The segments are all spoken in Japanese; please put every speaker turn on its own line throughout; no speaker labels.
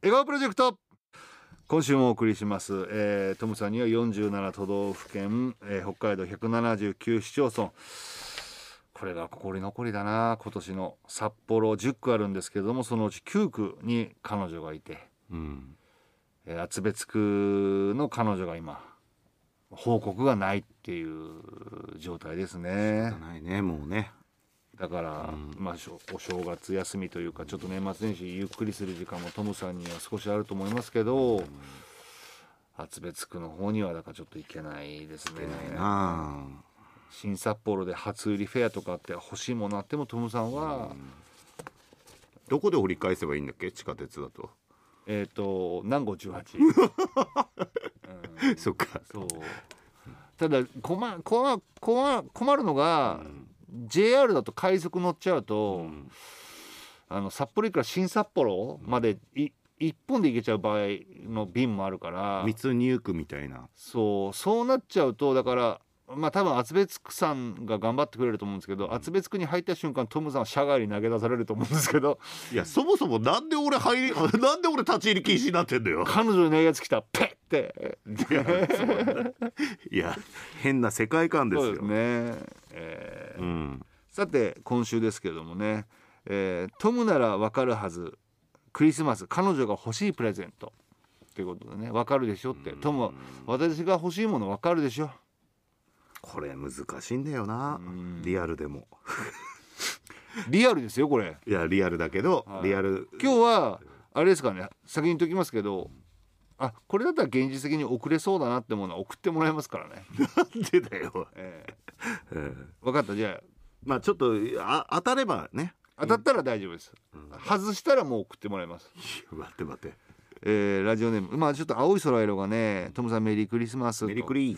笑顔プロジェクト今週もお送りします、えー、トムさんには47都道府県、えー、北海道179市町村これが心残りだな今年の札幌10区あるんですけれどもそのうち9区に彼女がいて、
うん。
えー、厚別区の彼女が今報告がないっていう状態ですね
じゃないね、もうね。
だから、まあ、しょお正月休みというかちょっと年末年始ゆっくりする時間もトムさんには少しあると思いますけど、厚別区の方にはだからちょっと行けないですね
なあ。
新札幌で初売りフェアとかあって欲しいものあってもトムさんは、
どこで折り返せばいいんだっけ地下鉄だと。
えっ、と南郷18
そっか。
そうただ困困困困るのが、JR だと快速乗っちゃうと、あの札幌駅から新札幌までい、一本で行けちゃう場合の便もあるから
密入区みたいな。
そうそうなっちゃうとだからまあ多分厚別区さんが頑張ってくれると思うんですけど厚別区に入った瞬間トムさんは社外に投げ出されると思うんですけど
いや、そもそもなんで俺入り、 なんで俺立ち入り禁止になってんだよ。
彼女のやつ来たペッ て
いやそうねいや、変な世界観です
そうで
よ。
すね、えー
うん。
さて今週ですけれどもね、えートムならわかるはずクリスマス彼女が欲しいプレゼントということでねわかるでしょってトムは私が欲しいものわかるでしょ
これ難しいんだよな。リアルでも。
リアルですよこれ
いや、リアルだけど、
はい
リアル。
今日はあれですからね先に言っときますけどあこれだったら現実的に送れそうだなってものは送ってもらえますからね、
なんでだよ。
え
うん
分かったじゃ
まあちょっと、あ当たればね。
あ当たったら大丈夫です、外したらもう送ってもらえます
待って待って。
えーラジオネームまあちょっと青い空色がねトムさんメリークリスマスと
メリクリー。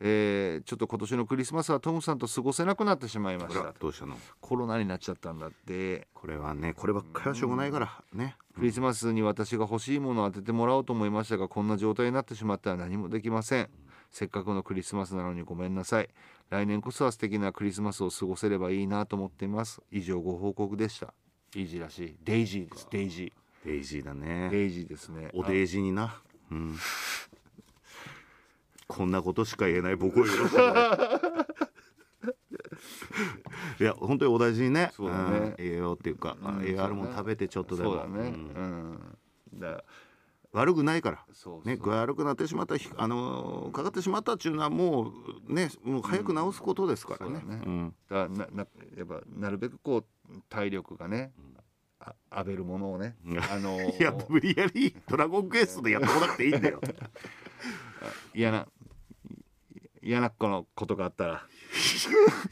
えーちょっと今年のクリスマスはトムさんと過ごせなくなってしまいまし
ほら
た
どうしたの
コロナになっちゃったんだって
これはねこればっかりはしょうがないからね
クリスマスに私が欲しいものを当ててもらおうと思いましたがこんな状態になってしまったら何もできませんせっかくのクリスマスなのにごめんなさい来年こそは素敵なクリスマスを過ごせればいいなと思っています以上ご報告でしたイージーらしいデイジーですデイジ
デイジーだ
ー
ね
デイジーですね
おデイジーになうんこんなことしか言えない僕を許してないいや本当にお大事にね
そうだね
ん栄養っていうか、栄養あるもん食べてちょっとでも
そうだねう
うん
んだ
悪くないから
そうそう
ね、具合悪くなってしまったひあのーかかってしまったっていうのはもうねもう早く治すことですからね,、
そうだね
ん
だななやっぱなるべくこう体力がね、あ浴べるものをね、
うん
あの
いや無理やり「ドラゴンクエスト」でやってこなくていいんだよ
嫌な嫌なこのことがあったら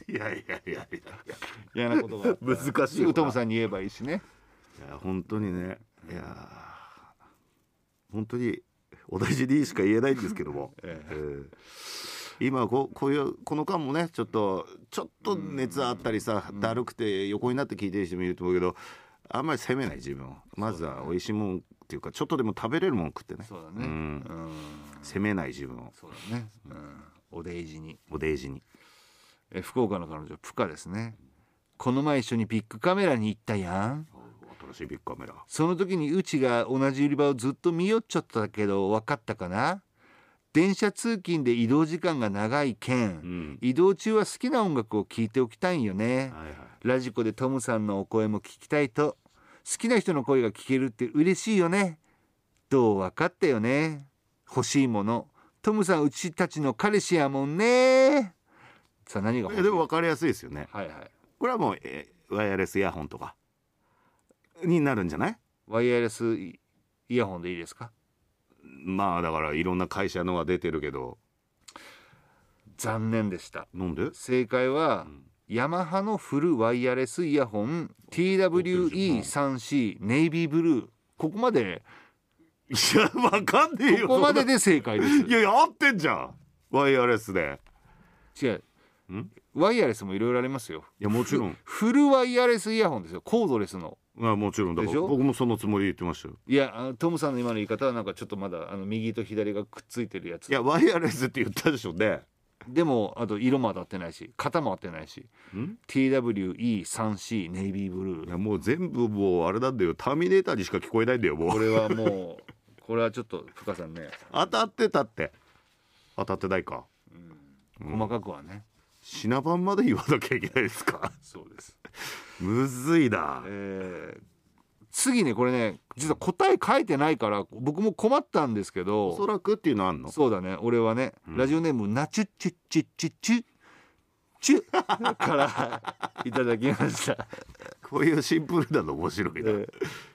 いやいやいやいやいや
嫌なことがあ ったら
難しい
す
よな
ぐトムさんに言えばいいしね
いや本当にねいやー本当にお大事にしか言えないんですけども、
ええ
うん今こうこういうこの間もねちょっとちょっと熱あったりさ、だるくて横になって聞いてる人もいると思うけどあんまり責めない自分をまずは美味しいもんっていうかちょっとでも食べれるもん食ってね
そうだねうんん、
責めない自分を
そうだね、うん、おデイジに
お大事に
え福岡の彼女プカですねこの前一緒にビッグカメラに行ったやん
新しいビッグカメラ
その時にうちが同じ売り場をずっと見よっちゃったけど分かったかな電車通勤で移動時間が長い件、
うん
移動中は好きな音楽を聴いておきたいんよね
はいはい
ラジコでトムさんのお声も聞きたいと好きな人の声が聞けるって嬉しいよねどう分かったよね欲しいものトムさんうちたちの彼氏やもんねさあ何が
い
欲し
や
い
でも分かりやすいですよね
はいはい
これはもうえワイヤレスイヤホンとかになるんじゃない
ワイヤレスイイヤホンでいいですか
まあだからいろんな会社のは出てるけど
残念でした
なんで
正解は、ヤマハのフルワイヤレスイヤホン TWE3C ネイビーブルーここまで
いやわかんねえよ
ここまでで正解で
いやいや合ってんじゃんワイヤレスです
違うんワイヤレスもいろいろありますよ
いやもちろん
フルワイヤレスイヤホンですよコードレスの
まあもちろんだ か
でし
ら
ょ
僕もそのつもりで言ってましたよ
いやあのトムさんの今の言い方はなんかちょっとまだあの右と左がくっついてるやつ
いやワイヤレスって言ったでしょうね
でもあと色も当たってないし型も合ってないし
ん
TWE3C ネイビーブル
い
ー
やもう全部もうあれなんだよターミネーターにしか聞こえないんだよも
こ
う
れはもうこれはちょっと深さんね、
当たってたって当たってないか
うん、細かくはね
品番まで言わなきゃいけないで すか
そうです、
むずいな
えー次ねこれね実は答え書いてないから僕も困ったんですけ
おそ
ど
らくっていうのあんの
そうだね俺はね、
ん
ラジオネームナチュッチュッチュッチュッチュッチュからいただきま した
こういうシンプルなの面白いな、
えー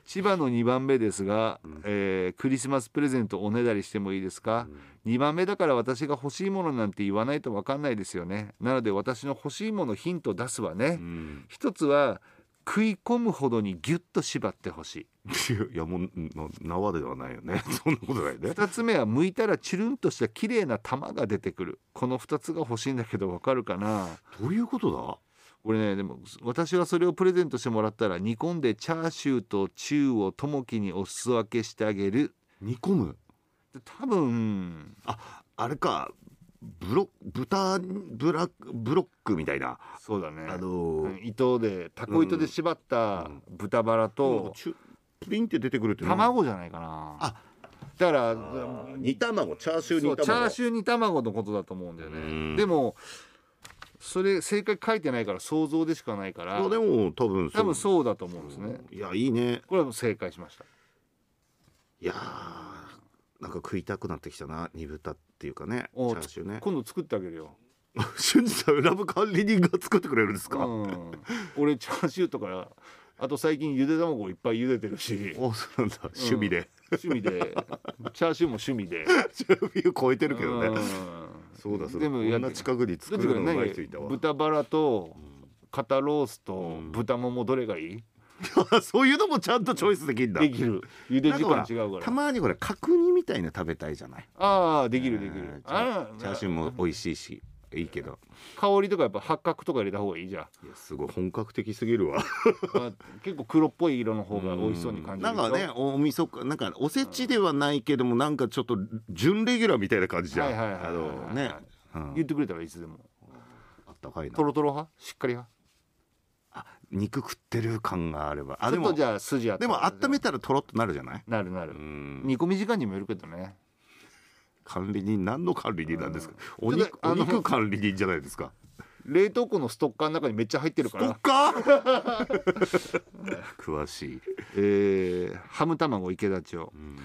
千葉の2番目ですが、えークリスマスプレゼントおねだりしてもいいですか、2番目だから私が欲しいものなんて言わないと分かんないですよねなので私の欲しいものヒント出すわね、
うん、
一つは食い込むほどにギュッと縛ってほしい
いやもうな縄ではないよね そんなことないね
2つ目は剥いたらチュルンとした綺麗な玉が出てくるこの2つが欲しいんだけど分かるかな
どういうこと
俺ねでも私はそれをプレゼントしてもらったら煮込んでチャーシューとチューをともきにお裾分けしてあげる
だ煮込む
で多分
あれかブロ豚ブラブロックみたいな、
そうだね
あの
う
ー
ん糸でタコ糸で縛った豚バラと
とチュプリンって出てくるってなん
卵じゃないかな
あ
だから
煮卵チャーシュー
そう
煮卵
チャーシュー煮卵のことだと思うんだよ
うん
ねでもそれ正解書いてないから想像でしかないから
まあでも多分
多分そうだと思うんですね
いやいいね
これはもう正解しました
いやーなんか食いたくなってきたな煮豚っていうかねチ
お
ャーシューね
今度作ってあげるよ、
俊二さんラブ管理人が作ってくれるんです
う
か、
ん、俺チャーシューとかあと最近ゆで卵いっぱい茹でてるし
おそうなんだ趣味で、
趣味でチャーシューも趣味で
趣味を超えてるけどね、
うん
そうだそう
で
だこ
もや
ん
っ
な
て
近くに
ど
作
っちが
るのが
何
いついたわ
豚バラと肩ロースと
ん
豚ももどれがいい、
そういうのもちゃんとチョイスできるんだ
できる茹で
なん
時
かほ
間
ら
違うから
たまにほら角煮みたいな食べたいじゃない
ああできる
え
でき
ー
る
チ
あ
ャ
ら
チャーシューも美味しいしいいけど
香りとかやっぱ八角とか入れた方がいいじゃん、
いやすごい本格的すぎるわ
まあ、結構黒っぽい色の方が美味しそうに感じる
なんかねおみそかなんかおせちではないけどもなんかちょっと準レギュラーみたいな感じじゃん
はいはいはいはい
あのね、うん
言ってくれたらいつでも
あったかいな
トロトロ派しっかり派
肉食ってる感があればあ
ち
で
ょっと
も
じゃあ筋あった
でも温めたらとろっとなるじゃない
なるなる
うん
煮込み時間にもよるけどね
管理人何の管理人なんですか、お
ちょ
肉
っと
お
あの
肉管理人じゃないですか
冷凍庫のストッカーの中にめっちゃ入ってるか
そ
ら
っ、か 詳しい、
えー、ハム卵池田町、
うん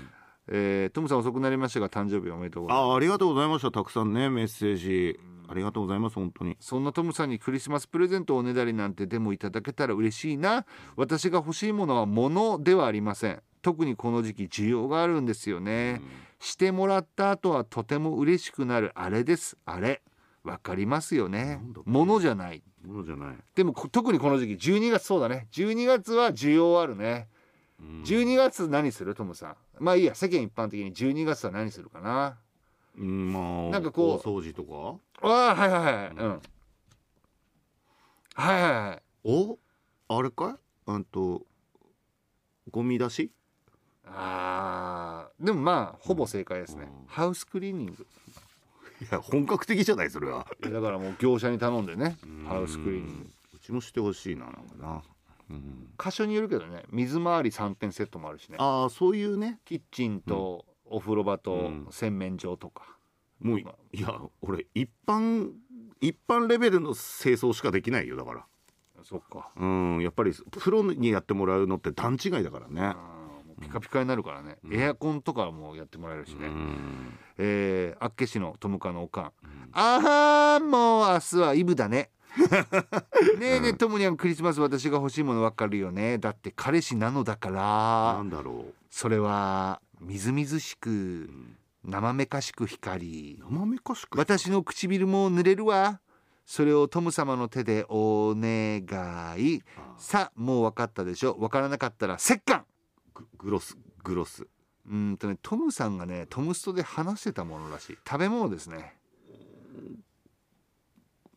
えー、トムさん遅くなりましたが誕生日おめでとうございます
あありがとうございましたたくさんねメッセージありがとうございます本当に
そんなトムさんにクリスマスプレゼントをおねだりなんてでもいただけたら嬉しいな私が欲しいものは物ではありません特にこの時期需要があるんですよね、してもらった後はとても嬉しくなるあれですあれわかりますよね
なんだ
物じゃない
ものじゃない、
でもこ特にこの時期12月そうだね12月は需要あるね
うん
12月何するトムさんまあいいや世間一般的に12月は何するかな
うんまあ
なんかこう
お掃除とか
ああはいはいはいうんはいはいはい
おあれかいうんとゴミ出し
あーでもまあほぼ正解ですね、
うん
ハウスクリーニング
いや本格的じゃないそれはい
やだからもう業者に頼んでねハウスクリーニング
うちもしてほしいななんかな、うん、
箇所によるけどね水回り3点セットもあるしね
ああそういうね
キッチンとお風呂場と
うん
洗面所とか、
もういいや俺一般一般レベルの清掃しかできないよだから
そっか
うんやっぱりプロにやってもらうのって段違いだからね
あーもうピカピカになるからね、エアコンとかもやってもらえるしね、
うん
えー、厚岸のトムカのおかん、ああもう明日はイブだ ねねえねえトムニャンクリスマス私が欲しいものわかるよねだって彼氏なのだから
なんだろ
それはみずみずし
う、
く
うん
生めかしく光り
生めかしく
私の唇も濡れるわそれをトム様の手でお願い
あ
さあもう分かったでしょ分からなかったら折檻
ググロスグロス
うーんとねトムさんがねトムストで話してたものらしい食べ物ですね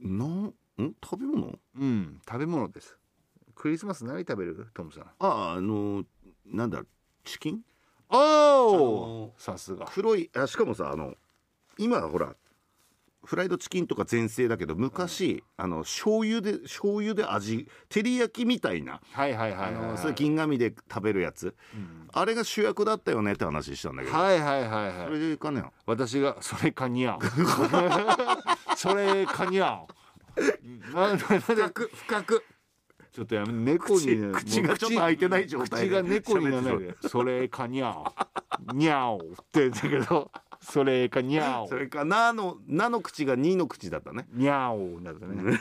なんん食べ物
うん食べ物ですクリスマス何食べるトムさん
あああのなんだチキン
おおさすが
黒いあしかもさあの今ほらフライドチキンとか全盛だけど昔、あの醤油で醤油で味照り焼きみたいな、
はいはいはいはい
あ
は
の
い
それ銀紙で食べるやつ、あれが主役だったよねって話したんだけど、
はいはいはいはい
それでいいかね
私がそれカニ やんそれカニやんななな
深
んで
く深く
ちょっとやめ猫にね
口口が
もう
ちょっと開いてない状態
口が
で
猫にならない
喋
でそれカニやんにゃおって言うんだけどそれかにゃお
それか「な」の「な」の口が「に」の口だったね
にゃおなる ね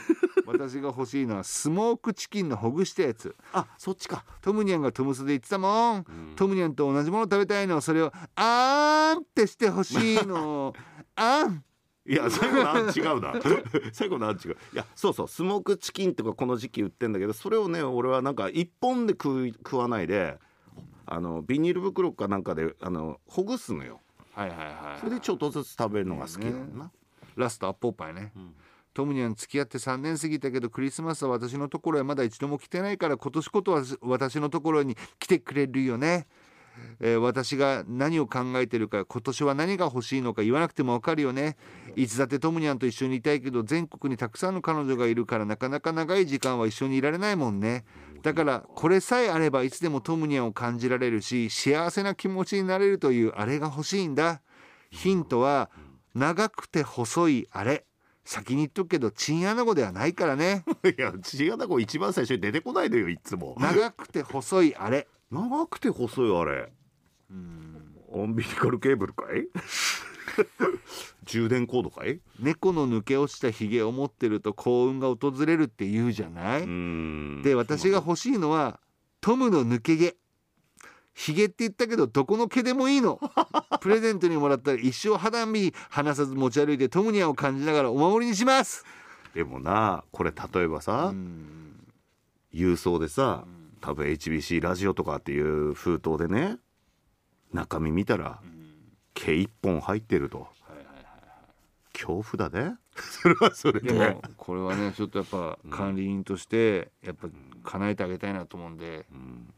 私が欲しいのはスモークチキンのほぐしたやつ
あそっちか
トムニャンがトムスで言ってたもん、トムニャンと同じもの食べたいのそれをあーんってしてほしい のあん
いや最後のあん違うな最後のあん違ういやそうそうスモークチキンとかこの時期売ってんだけどそれをね俺はなんか一本で食い食わないであのビニール袋かなんかであのほぐすのよ
はいはいはい
それでちょっとずつ食べるのが好きなのな、
ラストアッポーパイね、トムニャン付き合って3年過ぎたけどクリスマスは私のところへまだ一度も来てないから今年こそは私のところに来てくれるよね、えー私が何を考えてるか今年は何が欲しいのか言わなくてもわかるよねいつだってトムニャンと一緒にいたいけど全国にたくさんの彼女がいるからなかなか長い時間は一緒にいられないもんねだからこれさえあればいつでもトムニャンを感じられるし幸せな気持ちになれるというあれが欲しいんだヒントは長くて細いあれ先に言っとくけどチンアナゴではないからね
いや血がなこ一番最初に出てこないのよいつも
長くて細いあれ
長くて細いあれオンビニカルケーブルかい充電コードかい
猫の抜け落ちたひげを持ってると幸運が訪れるって言うじゃない、
うん
で私が欲しいのはトムの抜け毛ひげって言ったけどどこの毛でもいいのプレゼントにもらったら一生肌身離さず持ち歩いてトムニャンを感じながらお守りにします
でもなこれ例えばさ、郵送でさ多分 HBC ラジオとかっていう封筒でね中身見たら毛一本入ってると恐怖だね それはそれ
で
で
もこれはねちょっとやっぱ管理人としてやっぱ叶えてあげたいなと思うんで、
ん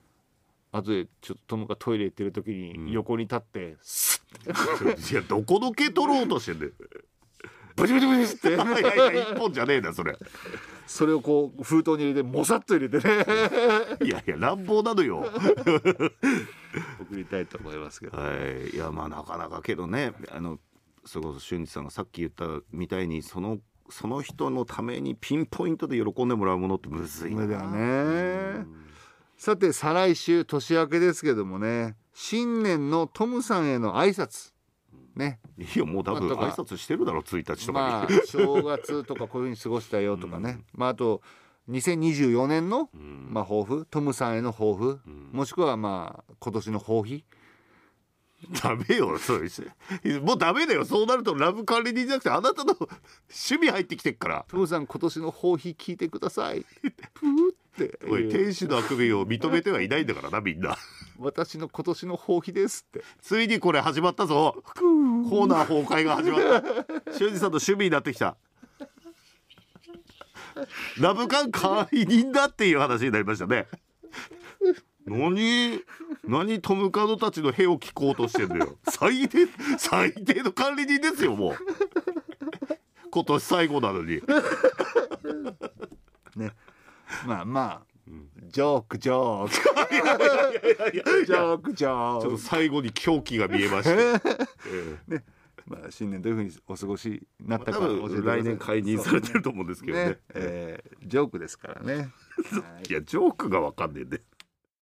後でちょっとトムがトイレ行ってる時に横に立ってス
いやどこの毛取ろうとしてんだよ
ッブチブチブチって
いやいや一本じゃねえなそれ
それをこう封筒に入れてもさっと入れてね
いやいや乱暴なのよ
送りたいと思いますけど
はい、いやまあなかなかけどねあのそれこそ俊二さんがさっき言ったみたいにそのその人のためにピンポイントで喜んでもらうものってむずいな。
だよねさて再来週年明けですけどもね新年のトムさんへの挨拶ね
いやもう多分
まあ
挨
と
拶してるだろ1日と
まあ
か
正月とかこういうふうに過ごしたよとかね、まああと2024年の、まあ、抱負トムさんへの抱負、もしくはまあ今年の抱負
に、 ダメよそういうもうダメだよそうなるとラブ管理人じゃなくてあなたの趣味入ってきてっから。
トムさん今年の抱負聞いてくださいプーって
おい天使のあくびを認めてはいないんだからなみんな
私の今年の抱負ですって
ついにこれ始まったぞコーナー崩壊が始まった俊二さんの趣味になってきたラブカン会員だっていう話になりましたね何何トムカドたちの兵を聞こうとしてんだよ最低最低の管理人ですよもう今年最後なのに
ねまあまあ、ジョークジョークジョークジョー
ちょっと
ク、
最後に狂気が見えまして、ええ
まあ、新年どういうふうにお過ごしになった
多
か教えて
分
ください
来年解任されてると思うんです
そ
け
う
ど
ね
ね
えージョークですからねはい
いやジョークがわかんねえんだよ